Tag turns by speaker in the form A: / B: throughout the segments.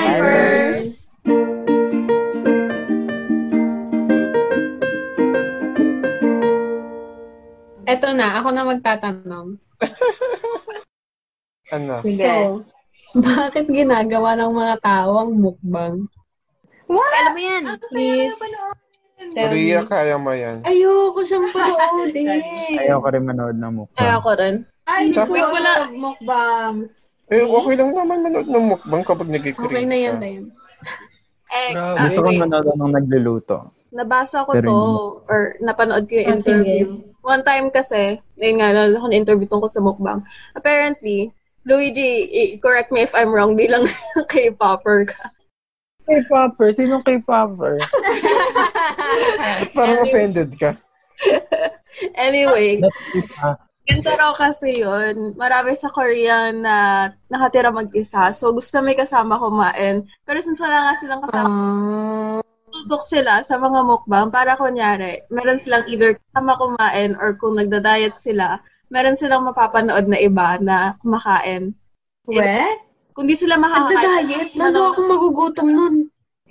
A: Timpers!
B: Eto na, ako na magtatanong.
C: Ano?
A: Sige.
B: So, bakit ginagawa ng mga tao ang mukbang?
A: Alam mo yan?
D: Ano?
B: Please, tell
C: Maria,
B: me.
C: kaya mo yan. Eh,
B: Ayoko siyang eh. panoodin.
E: Ayoko rin manood ng mukbang.
D: Ayoko rin.
F: Ay,
C: Tsaka-
F: wait, wala.
C: Eh, okay lang naman manood ng mukbang kapag nag-create
B: Okay na yan,
C: ka.
B: Dayan.
D: Eh,
C: Grabe.
D: ah,
E: Gusto ko
D: wait.
E: manood ng nagluluto.
D: Nabasa ko
E: Pero
D: to,
E: yun.
D: or napanood ko yung
B: Ah, sige.
D: interview. One time kasi, yun nga, nalala ko na interview tungkol sa mukbang. Apparently, Luigi, i- correct me if I'm wrong, bilang K-popper ka.
E: K-popper? Sinong K-popper?
C: Parang
D: Anyway.
C: offended ka.
D: Anyway,
E: Isa.
D: ganito raw kasi yun. Marami sa Korea na nakatira mag-isa. So, gusto na may kasama kumain. Pero since wala nga silang kasama,
B: Ah,
D: tutok sila sa mga mukbang para kunyari, meron silang either kama kumain or kung nagda-diet sila, meron silang mapapanood na iba na kumakain.
A: We?
D: Kung di sila makakakain,
B: Nagda-diet? Lalo
D: manonood-
B: akong magugutom nun.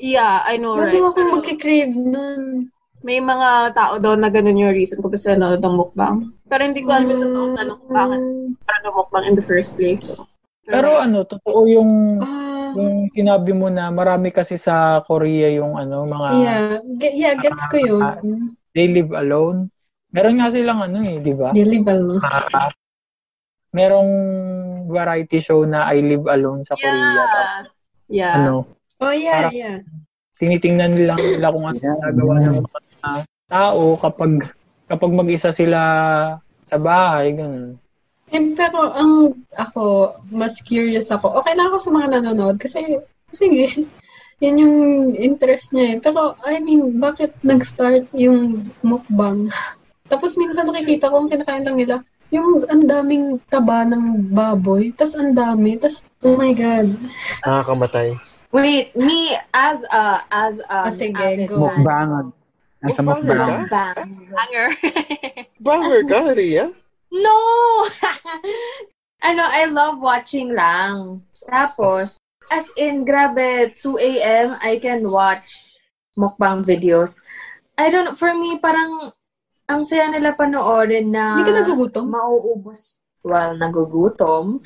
D: Yeah, I know, right?
B: Lalo akong
D: Pero
B: magkikrave nun.
D: May mga tao daw na ganun yung reason kung sila nanonood ng mukbang. Pero hindi ko alam yung totoong tanong kung bakit para na mukbang in the first place. So,
E: Pero ano, totoo yung
B: Ah,
E: yung sinabi mo na marami kasi sa Korea yung ano, mga
B: yeah. Ge- yeah, gets ko yun.
E: Ah. they live alone. Meron nga silang ano eh, di ba?
B: Dilibal, no?
E: Ah, merong variety show na I live alone sa Korea. Tapos,
D: yeah. Yeah.
E: ano,
B: Oh, yeah,
E: Parang-
B: yeah.
E: tinitingnan nila nila kung ano
G: Yeah.
E: ginagawa ng mga tao kapag kapag mag-isa sila sa bahay, ganun.
B: Eh, pero ang ako, mas curious ako. Okay na ako sa mga nanonood kasi, sige, yun yung interest niya eh. Pero, I mean, bakit nag-start yung mukbang? Tapos minsan nakikita ko ang kinakain lang nila, yung ang daming taba ng baboy, tas ang dami, tas oh my God.
C: Nakakamatay.
A: Wait, me as a, as a,
B: Ah, sige,
A: avid
B: go.
A: fan.
E: Mukbang. Nasa mukbang.
A: Mukbang.
D: Anger.
C: Banger ka, Ria?
A: No! ano, I love watching lang. Tapos, as in, grabe, 2 a.m., I can watch mukbang videos. I don't know, for me, parang, ang saya nila panoorin na...
B: Hindi
D: Ah,
B: ka nagugutom?
A: Mauubos. Well, nagugutom.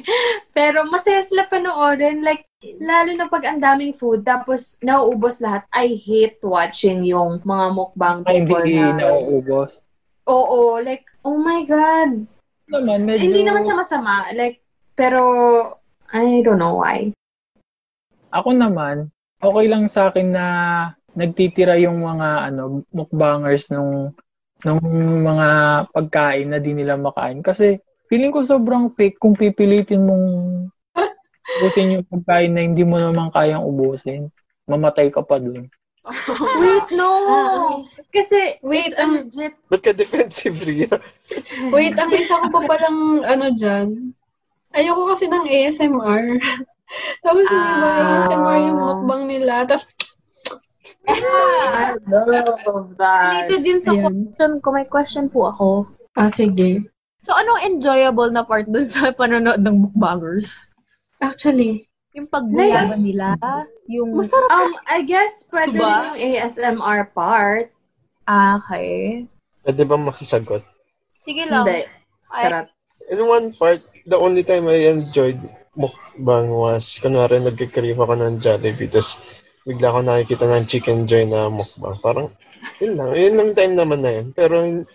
A: Pero masaya sila panoorin. Like, lalo na pag ang daming food, tapos nauubos lahat. I hate watching yung mga mukbang
E: Ay, hindi
A: people na...
E: nauubos.
A: Oo, like, oh my God,
E: Naman, Ano medyo,
A: hindi naman siya masama. Like, pero, I don't know why.
E: Ako naman, okay lang sa akin na nagtitira yung mga ano mukbangers nung nung mga pagkain na di nila makain kasi feeling ko sobrang fake kung pipilitin mong ubusin yung pagkain na hindi mo naman kayang ubusin. Mamatay ka pa dun.
A: Wait,
B: Ah,
A: no! Kasi,
B: Wait,
A: it's
D: um,
B: ang-
A: a legit-
C: Ba't ka defensive, Ria?
B: Wait, ang isa ko pa palang ano dyan, ayoko kasi ng ASMR. Tapos yung iba
A: Ah.
B: ASMR yung mukbang nila, tapos
D: Yeah. uh,
A: I love that.
D: Related din sa
B: Ayan.
D: question ko. May question po ako.
B: Ah, sige.
D: So, anong enjoyable na part dun sa panonood ng mukbangers?
B: Actually,
D: Yung pagbuyawan nila, yung... Masarap.
A: Um, I guess, pwede
D: Diba?
A: rin yung ASMR part.
D: Ah, okay.
C: Pwede ba makisagot?
D: Sige lang.
A: Hindi.
D: Ay,
A: Charot.
C: In one part, the only time I enjoyed mukbang was, kunwari nagkikrave ako ng Jollibee, tapos bigla ko nakikita ng chicken joy na mukbang. Parang, yun lang. Yun lang time naman na yun. Pero yun-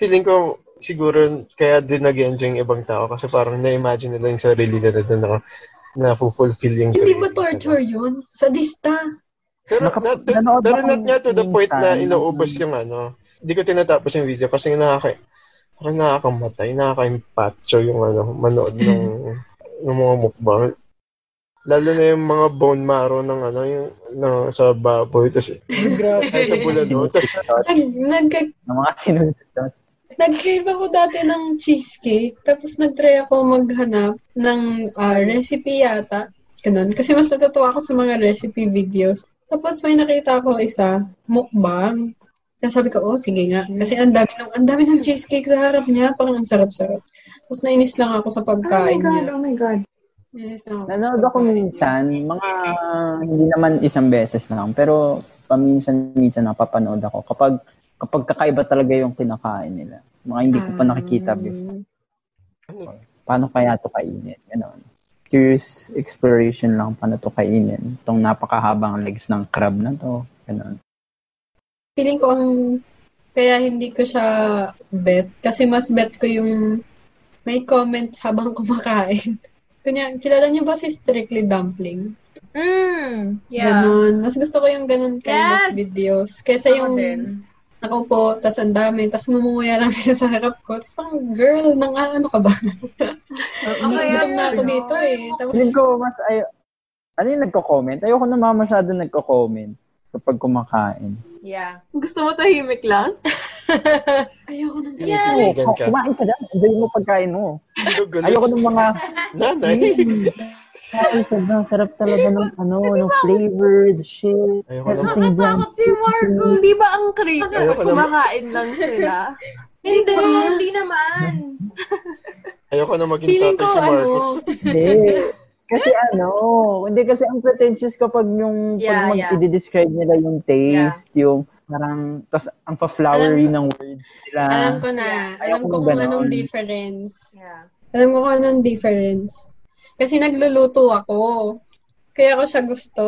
C: feeling ko, siguro, kaya din nag-enjoy yung ibang tao kasi parang na-imagine nila yung sarili nila doon na, na fulfill yung
B: hindi ba
C: cravings nila.
B: torture yun? Sadista.
C: Pero,
E: Nakap-
C: not to,
E: nanood
C: pero
E: ako
C: not nga to the
E: minsan.
C: point na inuubos yung ano. Hindi ko tinatapos yung video kasi nakaka... Parang nakakamatay, nakaka-impacture yung ano, manood ng, ng mga mukbang. Lalo na yung mga bone marrow ng ano, yung ng, sa baboy. Tapos,
E: Grabe.
C: kahit sa bulalo. Tapos,
B: Nag, nag,
E: Ng mga sinunod.
B: nag-crave ako dati ng cheesecake, tapos nag-try ako maghanap ng ah, recipe yata. Ganun. Kasi mas natutuwa ako sa mga recipe videos. Tapos may nakita ako isa, mukbang. Kaya sabi ko, oh, sige nga. Kasi ang dami ng, ang dami ng cheesecake sa harap niya. Parang ang sarap-sarap. Tapos nainis lang ako sa
A: Oh my
B: pagkain
A: God,
B: niya.
A: oh my God.
B: Yes, no.
F: Nanood ako minsan, mga hindi naman isang beses lang, pero paminsan-minsan napapanood ako kapag kapag kakaiba talaga yung kinakain nila. Mga hindi ko pa
B: Mm.
F: nakikita before. Paano kaya to kainin? Ganon. Curious exploration lang paano to kainin. Itong napakahabang legs ng crab na to. Ganon.
B: Feeling ko ang kaya hindi ko siya bet kasi mas bet ko yung may comments habang kumakain. Kunya, kilala niyo ba si Strictly Dumpling?
D: Mm, yeah.
B: Ganun. Mas gusto ko yung ganun kind
A: Yes!
B: of videos. Kesa
D: Ako
B: yung
D: din.
B: nakaupo, tas ang dami, tas ngumunguya lang siya sa harap ko. Tas parang, girl, nang ano ka ba?
D: Okay,
B: Gutom na ako
D: ano?
B: dito eh. Tapos,
F: Feeling ko mas ayo ano yung nagko-comment? Ayoko na mga masyado nagko-comment kapag kumakain.
A: Yeah.
D: Gusto mo tahimik lang?
B: ayoko nang
A: Yeah.
C: Tinigan
F: Oh,
C: ka.
F: kumain ka dyan. Enjoy mo pagkain mo.
C: Gugulo.
F: Ayoko ng mga
C: Nanay.
F: Mm. Ay, sobrang sarap talaga ng ano, ng flavor, the shit.
C: Ayoko ng-
F: Everything blend.
D: Takot si Marco. Di ba ang creepy?
C: Ayoko naman.
D: Kumakain lang sila.
A: Hindi,
B: Diba?
A: hindi naman.
C: Ayoko na maging
B: Feeling
C: tatay
B: ko,
C: si Marcos.
B: ano,
F: Hindi. Kasi ano, hindi kasi ang pretentious kapag yung pag
A: Yeah,
F: mag
A: yeah.
F: i-describe nila yung taste, yung parang tas ang pa-flowery ng words nila.
B: alam ko na.
F: ayoko
B: Alam
A: Yeah,
B: ko
F: ng
B: kung
F: ganun.
B: anong difference.
A: Yeah.
B: Alam ko kung anong difference. Kasi nagluluto ako. Kaya ko siya gusto.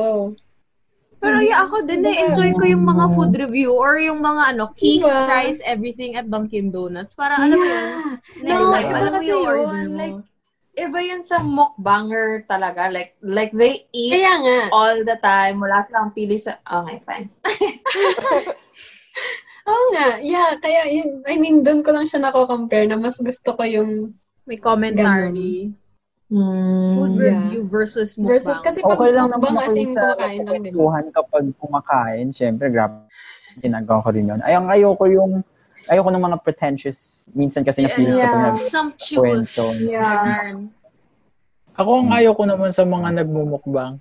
D: Pero yeah, ako din eh. Enjoy ko yung mga food review or yung mga ano, Keith
B: Diba?
D: tries everything at Dunkin' Donuts. Para Ah, alam mo yun, next
A: No,
D: time,
A: iba
D: alam mo
A: kasi
D: yung
A: yun,
D: order mo.
A: like, Iba yun sa mukbanger talaga. Like, like they eat
B: Kaya nga.
A: all the time. Wala silang pili sa... oh, Okay, fine.
B: Oo nga. Yeah, kaya yun. I mean, doon ko lang siya nako-compare na mas gusto ko yung
D: May commentary. Food
B: yeah.
D: review versus mukbang.
B: Versus kasi pag
F: Okay lang naman
B: mukbang,
F: ako
B: as in,
F: yun sa
B: kumakain lang, di ba?
F: kwentuhan kapag kumakain. Siyempre, grabe. Ginagawa ko rin yun. Ay, ang ayoko yung, ayoko ng mga pretentious. Minsan kasi na feels
A: Yeah.
F: ko pag nag-
D: Sumptuous.
F: Kwento.
A: Yeah.
D: Ganun.
E: Ako ang ayaw ko naman sa mga nagmumukbang.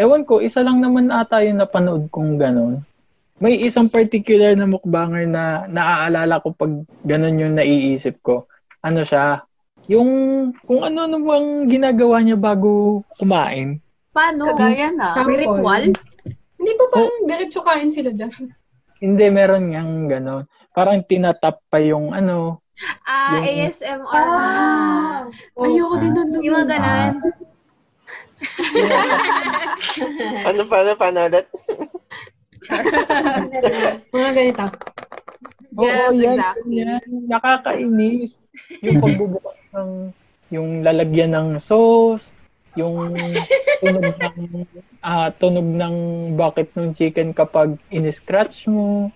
E: Ewan ko, isa lang naman ata yung napanood kong ganun. May isang particular na mukbanger na naaalala ko pag ganun yung naiisip ko. Ano siya? Yung kung ano namang ginagawa niya bago kumain.
D: Paano? Kagaya na. May
B: Sample.
D: ritual?
B: Hindi ba parang
F: Oh.
B: diretso kain sila dyan?
E: Hindi, meron niyang ganun. Parang tinatap pa yung ano.
D: Ah,
E: Yung-
D: ASMR.
A: Ah.
B: Ayoko din nun.
D: Yung mga ganun.
C: Ano pa na panalat?
B: Mga ganito.
D: Yes,
E: Oo, yan,
D: exactly.
E: yan. Nakakainis. Yung pagbubukas ng, yung lalagyan ng sauce, yung tunog ng, ah, tunog ng bucket ng chicken kapag in-scratch mo.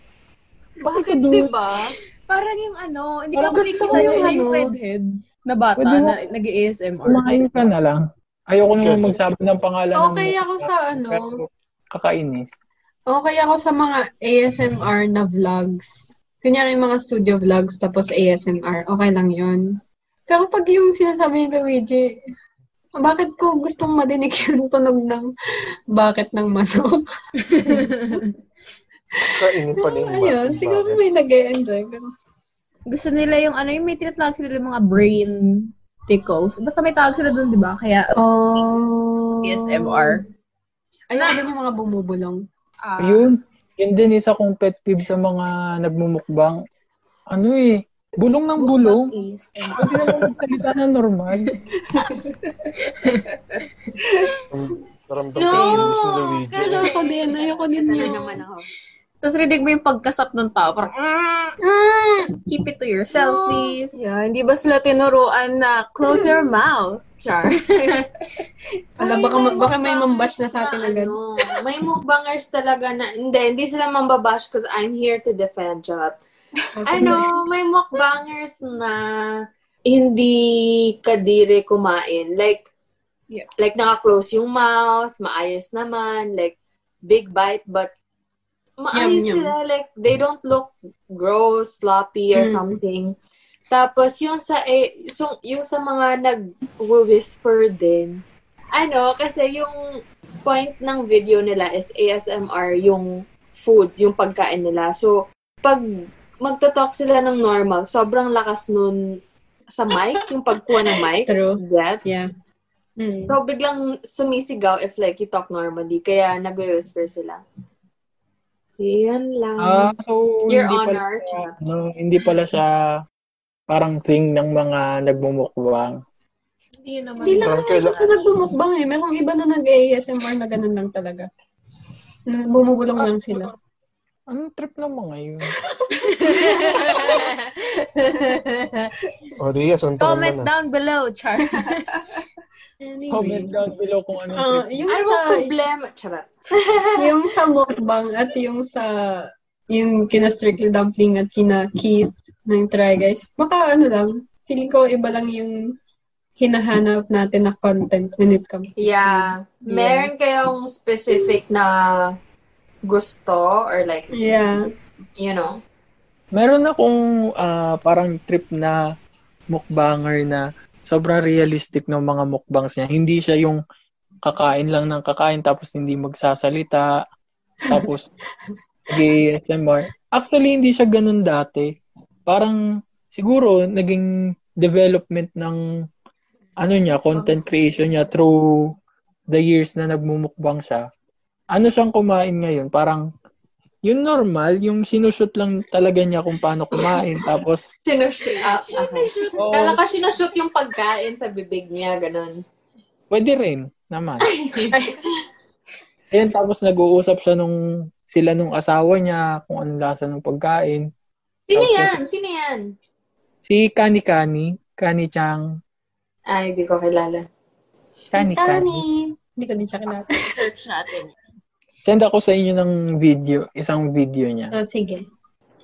D: Bakit, di ba? Diba? Parang yung ano, hindi ka
B: Parang gusto
D: makikita
B: ko
D: yung
B: yung
D: ano,
B: ano.
D: redhead na bata
E: Pwede
D: na nag-ASMR.
E: Kumain ka na lang. Ayoko naman magsabi ng pangalan ng
B: Okay
E: mga-
B: ako sa ano.
E: pero Kakainis.
B: Okay ako sa mga ASMR na vlogs. Kunyari yung mga studio vlogs tapos ASMR. Okay lang yun. Pero pag yung sinasabi ni Luigi, bakit ko gustong madinig yung tunog ng bakit ng manok?
C: Kainin pa rin yung
B: Ayun,
C: bata.
B: siguro may nag-enjoy. Pero
D: Gusto nila yung ano, yung may tinatawag sila yung mga brain tickles. Basta may tawag sila dun, di ba? Kaya
B: Oh.
D: ASMR.
B: Ayun din yung mga bumubulong.
D: Ah,
E: Yun. Yun din isa kong pet peeve sa mga nagmumukbang. Ano eh, bulong ng bulong.
D: ASMR.
E: Hindi naman magsalita na normal.
C: Naramdam
A: No!
C: ko yung eh. inis ni Luigi.
B: Pero ako din, ayoko din yun.
A: naman ako.
D: Tapos rinig mo yung pagkasap ng tao. Parang, "Ah, ah, keep it to yourself, please. Yeah, hindi ba sila tinuruan na close your mouth? Char.
B: Ala,
A: Ay,
B: baka,
A: may
B: baka may mambash
A: mukbangers
B: na sa atin agad.
A: ano, may mukbangers talaga na, hindi, hindi sila mambabash because I'm here to defend Jot. Ano, may mukbangers na hindi kadire kumain. Like,
D: Yeah.
A: like naka-close yung mouth, maayos naman, like, big bite, but maayos
B: Yum, yum.
A: sila. Like, they don't look gross, sloppy, or
B: Mm.
A: something. Tapos, yung sa, eh, so, yung sa mga nag-whisper din, ano, kasi yung point ng video nila is ASMR, yung food, yung pagkain nila. So, pag magto-talk sila ng normal, sobrang lakas nun sa mic, yung pagkuha ng mic.
B: True.
A: Gets?
B: Yeah. Mm.
A: So, biglang sumisigaw if like you talk normally. Kaya nag-whisper sila. Yan lang.
E: Ah, so
A: Your
E: hindi
A: Honor.
E: pala siya, ano, hindi pala siya parang thing ng mga nagmumukbang.
D: Hindi naman.
B: Hindi lang
C: Parang
B: naman siya
C: kailangan-
B: sa nagbumukbang eh. Merong iba na nag-ASMR na ganun lang talaga. Na Bumubulong lang sila.
E: Anong trip ng mga yun?
C: O, Ria, Oh, saan tayo
D: Comment
C: na?
D: down below, Char.
E: Comment down below kung anong
B: Ah,
E: trip.
B: yung
A: Ano
B: sa,
A: bang problema? Charot.
B: yung sa mukbang at yung sa, yung kina Strictly Dumpling at kina Keith ng Try Guys, baka ano lang, feeling ko iba lang yung hinahanap natin na content when it comes to
A: Yeah. Meron kayong specific na gusto or like,
B: food. Yeah.
A: you know?
E: Meron akong ah, parang trip na mukbanger na sobrang realistic ng mga mukbangs niya. Hindi siya yung kakain lang ng kakain tapos hindi magsasalita. Tapos ASMR. Actually, hindi siya ganun dati. Parang siguro naging development ng ano niya, content creation niya through the years na nagmumukbang siya. Ano siyang kumain ngayon? Parang yung normal, yung sinushoot lang talaga niya kung paano kumain. Tapos,
A: Sinushoot. Ah, okay.
E: oo,
A: Kala ko sinushoot yung pagkain sa bibig niya, ganun.
E: pwede rin naman. Ayan, tapos nag-uusap siya nung sila nung asawa niya kung anong lasa ng pagkain.
A: Sino
E: Okay.
A: yan? Sino yan?
E: Si Kani Kani, Kani Chang,
A: Ay, hindi ko kilala.
E: Kani Kani.
B: Hindi ko din siya kilala.
D: Search natin.
E: Send ako sa inyo ng video, isang video niya.
B: Ah, sige.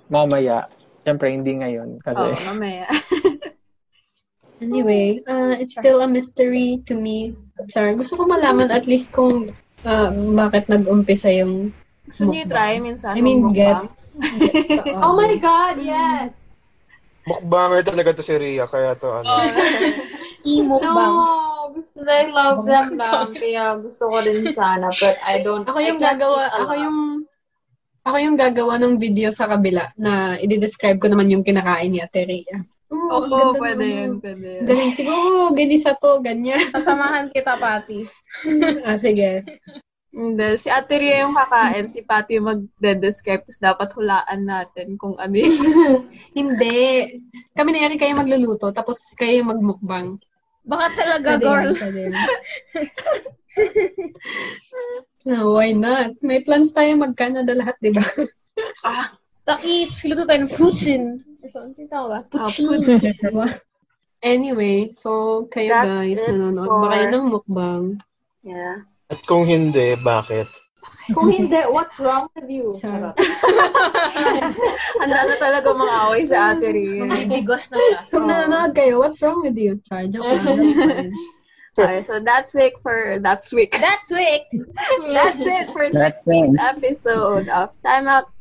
E: Mamaya. Siyempre, hindi
D: Oo,
E: ngayon. Kasi,
D: mamaya.
B: Anyway, uh, it's still a mystery to me. Char, gusto ko malaman at least kung uh, bakit nag-umpisa yung...
D: Gusto niyo try minsan?
B: I mean,
D: mukbang?
B: gets. gets the
A: Oh my
B: audience.
A: God, yes!
C: Mukbanger talaga to si Ria, kaya to ano.
A: Mm.
D: E-mukbang.
A: No, gusto I love them lang. Kaya gusto ko rin sana. But I don't...
B: Ako yung
A: I can't
B: gagawa,
A: eat a
B: ako
A: lot.
B: yung... Ako yung gagawa ng video sa kabila na i-describe ko naman yung kinakain ni Ate Rhea.
D: Oo,
B: ang
D: oh,
B: ganda
D: pwede
B: naman
D: yun,
B: yun.
D: pwede yun.
B: Galing. Siguro, ganisa to, ganyan.
D: Sasamahan kita, Pati.
B: ah, sige.
D: Hindi, si Ate Ria yung kakain, si Pati yung magde-describe, tapos dapat hulaan natin kung ano yun.
B: Hindi. Kami na yari kayo magluluto, tapos kayo yung magmukbang.
D: Baka talaga,
B: Pwede
D: girl.
B: yun, pwede yun. Ah, why not? May plans tayo mag-Canada lahat, di ba?
D: Ah, takits, luto tayo ng putsin. Or something, tama ba? Putsin.
B: anyway, so kayo
D: That's
B: guys,
D: it
B: nanonood
D: for-
B: ba kayo ng mukbang?
D: yeah.
C: At kung hindi, bakit?
A: Kung hindi, what's wrong with you?
B: Charot.
A: Charot.
D: Handa na talaga mag-away sa Ate Ria. Bigos na siya.
B: Kung nanonood kayo, what's wrong with you? Char, joke lang. That's fine.
D: Okay, so that's week for that's week. That's week. That's it for this
F: That's it.
D: episode of Time Out.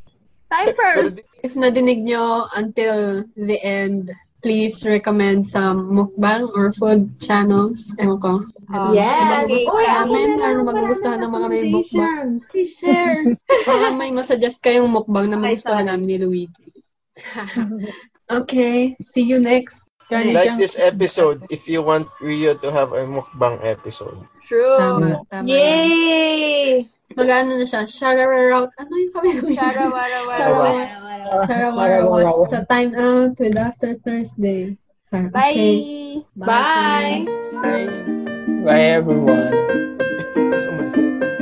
D: Time
C: Pero
D: first.
C: di-
B: If nadinig nyo until the end, please recommend some mukbang or food channels. Ewan ko.
A: Yes!
D: Okay.
A: Uy, ako
B: Amin,
A: meron
B: ano,
A: pa
B: magugustuhan
A: namin
B: ng mga may
A: recommendations. Please share.
B: Baka may masuggest kayong mukbang na
A: Okay,
B: magustuhan namin ni Luigi. okay, see you next.
E: Kani
C: Like
E: Chang-
C: this episode if you want Ria to have a mukbang episode.
D: True.
B: Tama, tama.
A: Yay!
B: Mag-ano na siya? Shararout. Ano yung sabi ko?
D: Shara wara wara wara wara.
B: Shararout. Sa time out with After Thursday. Okay.
D: Bye.
A: Bye!
E: Bye, everyone.
C: So much.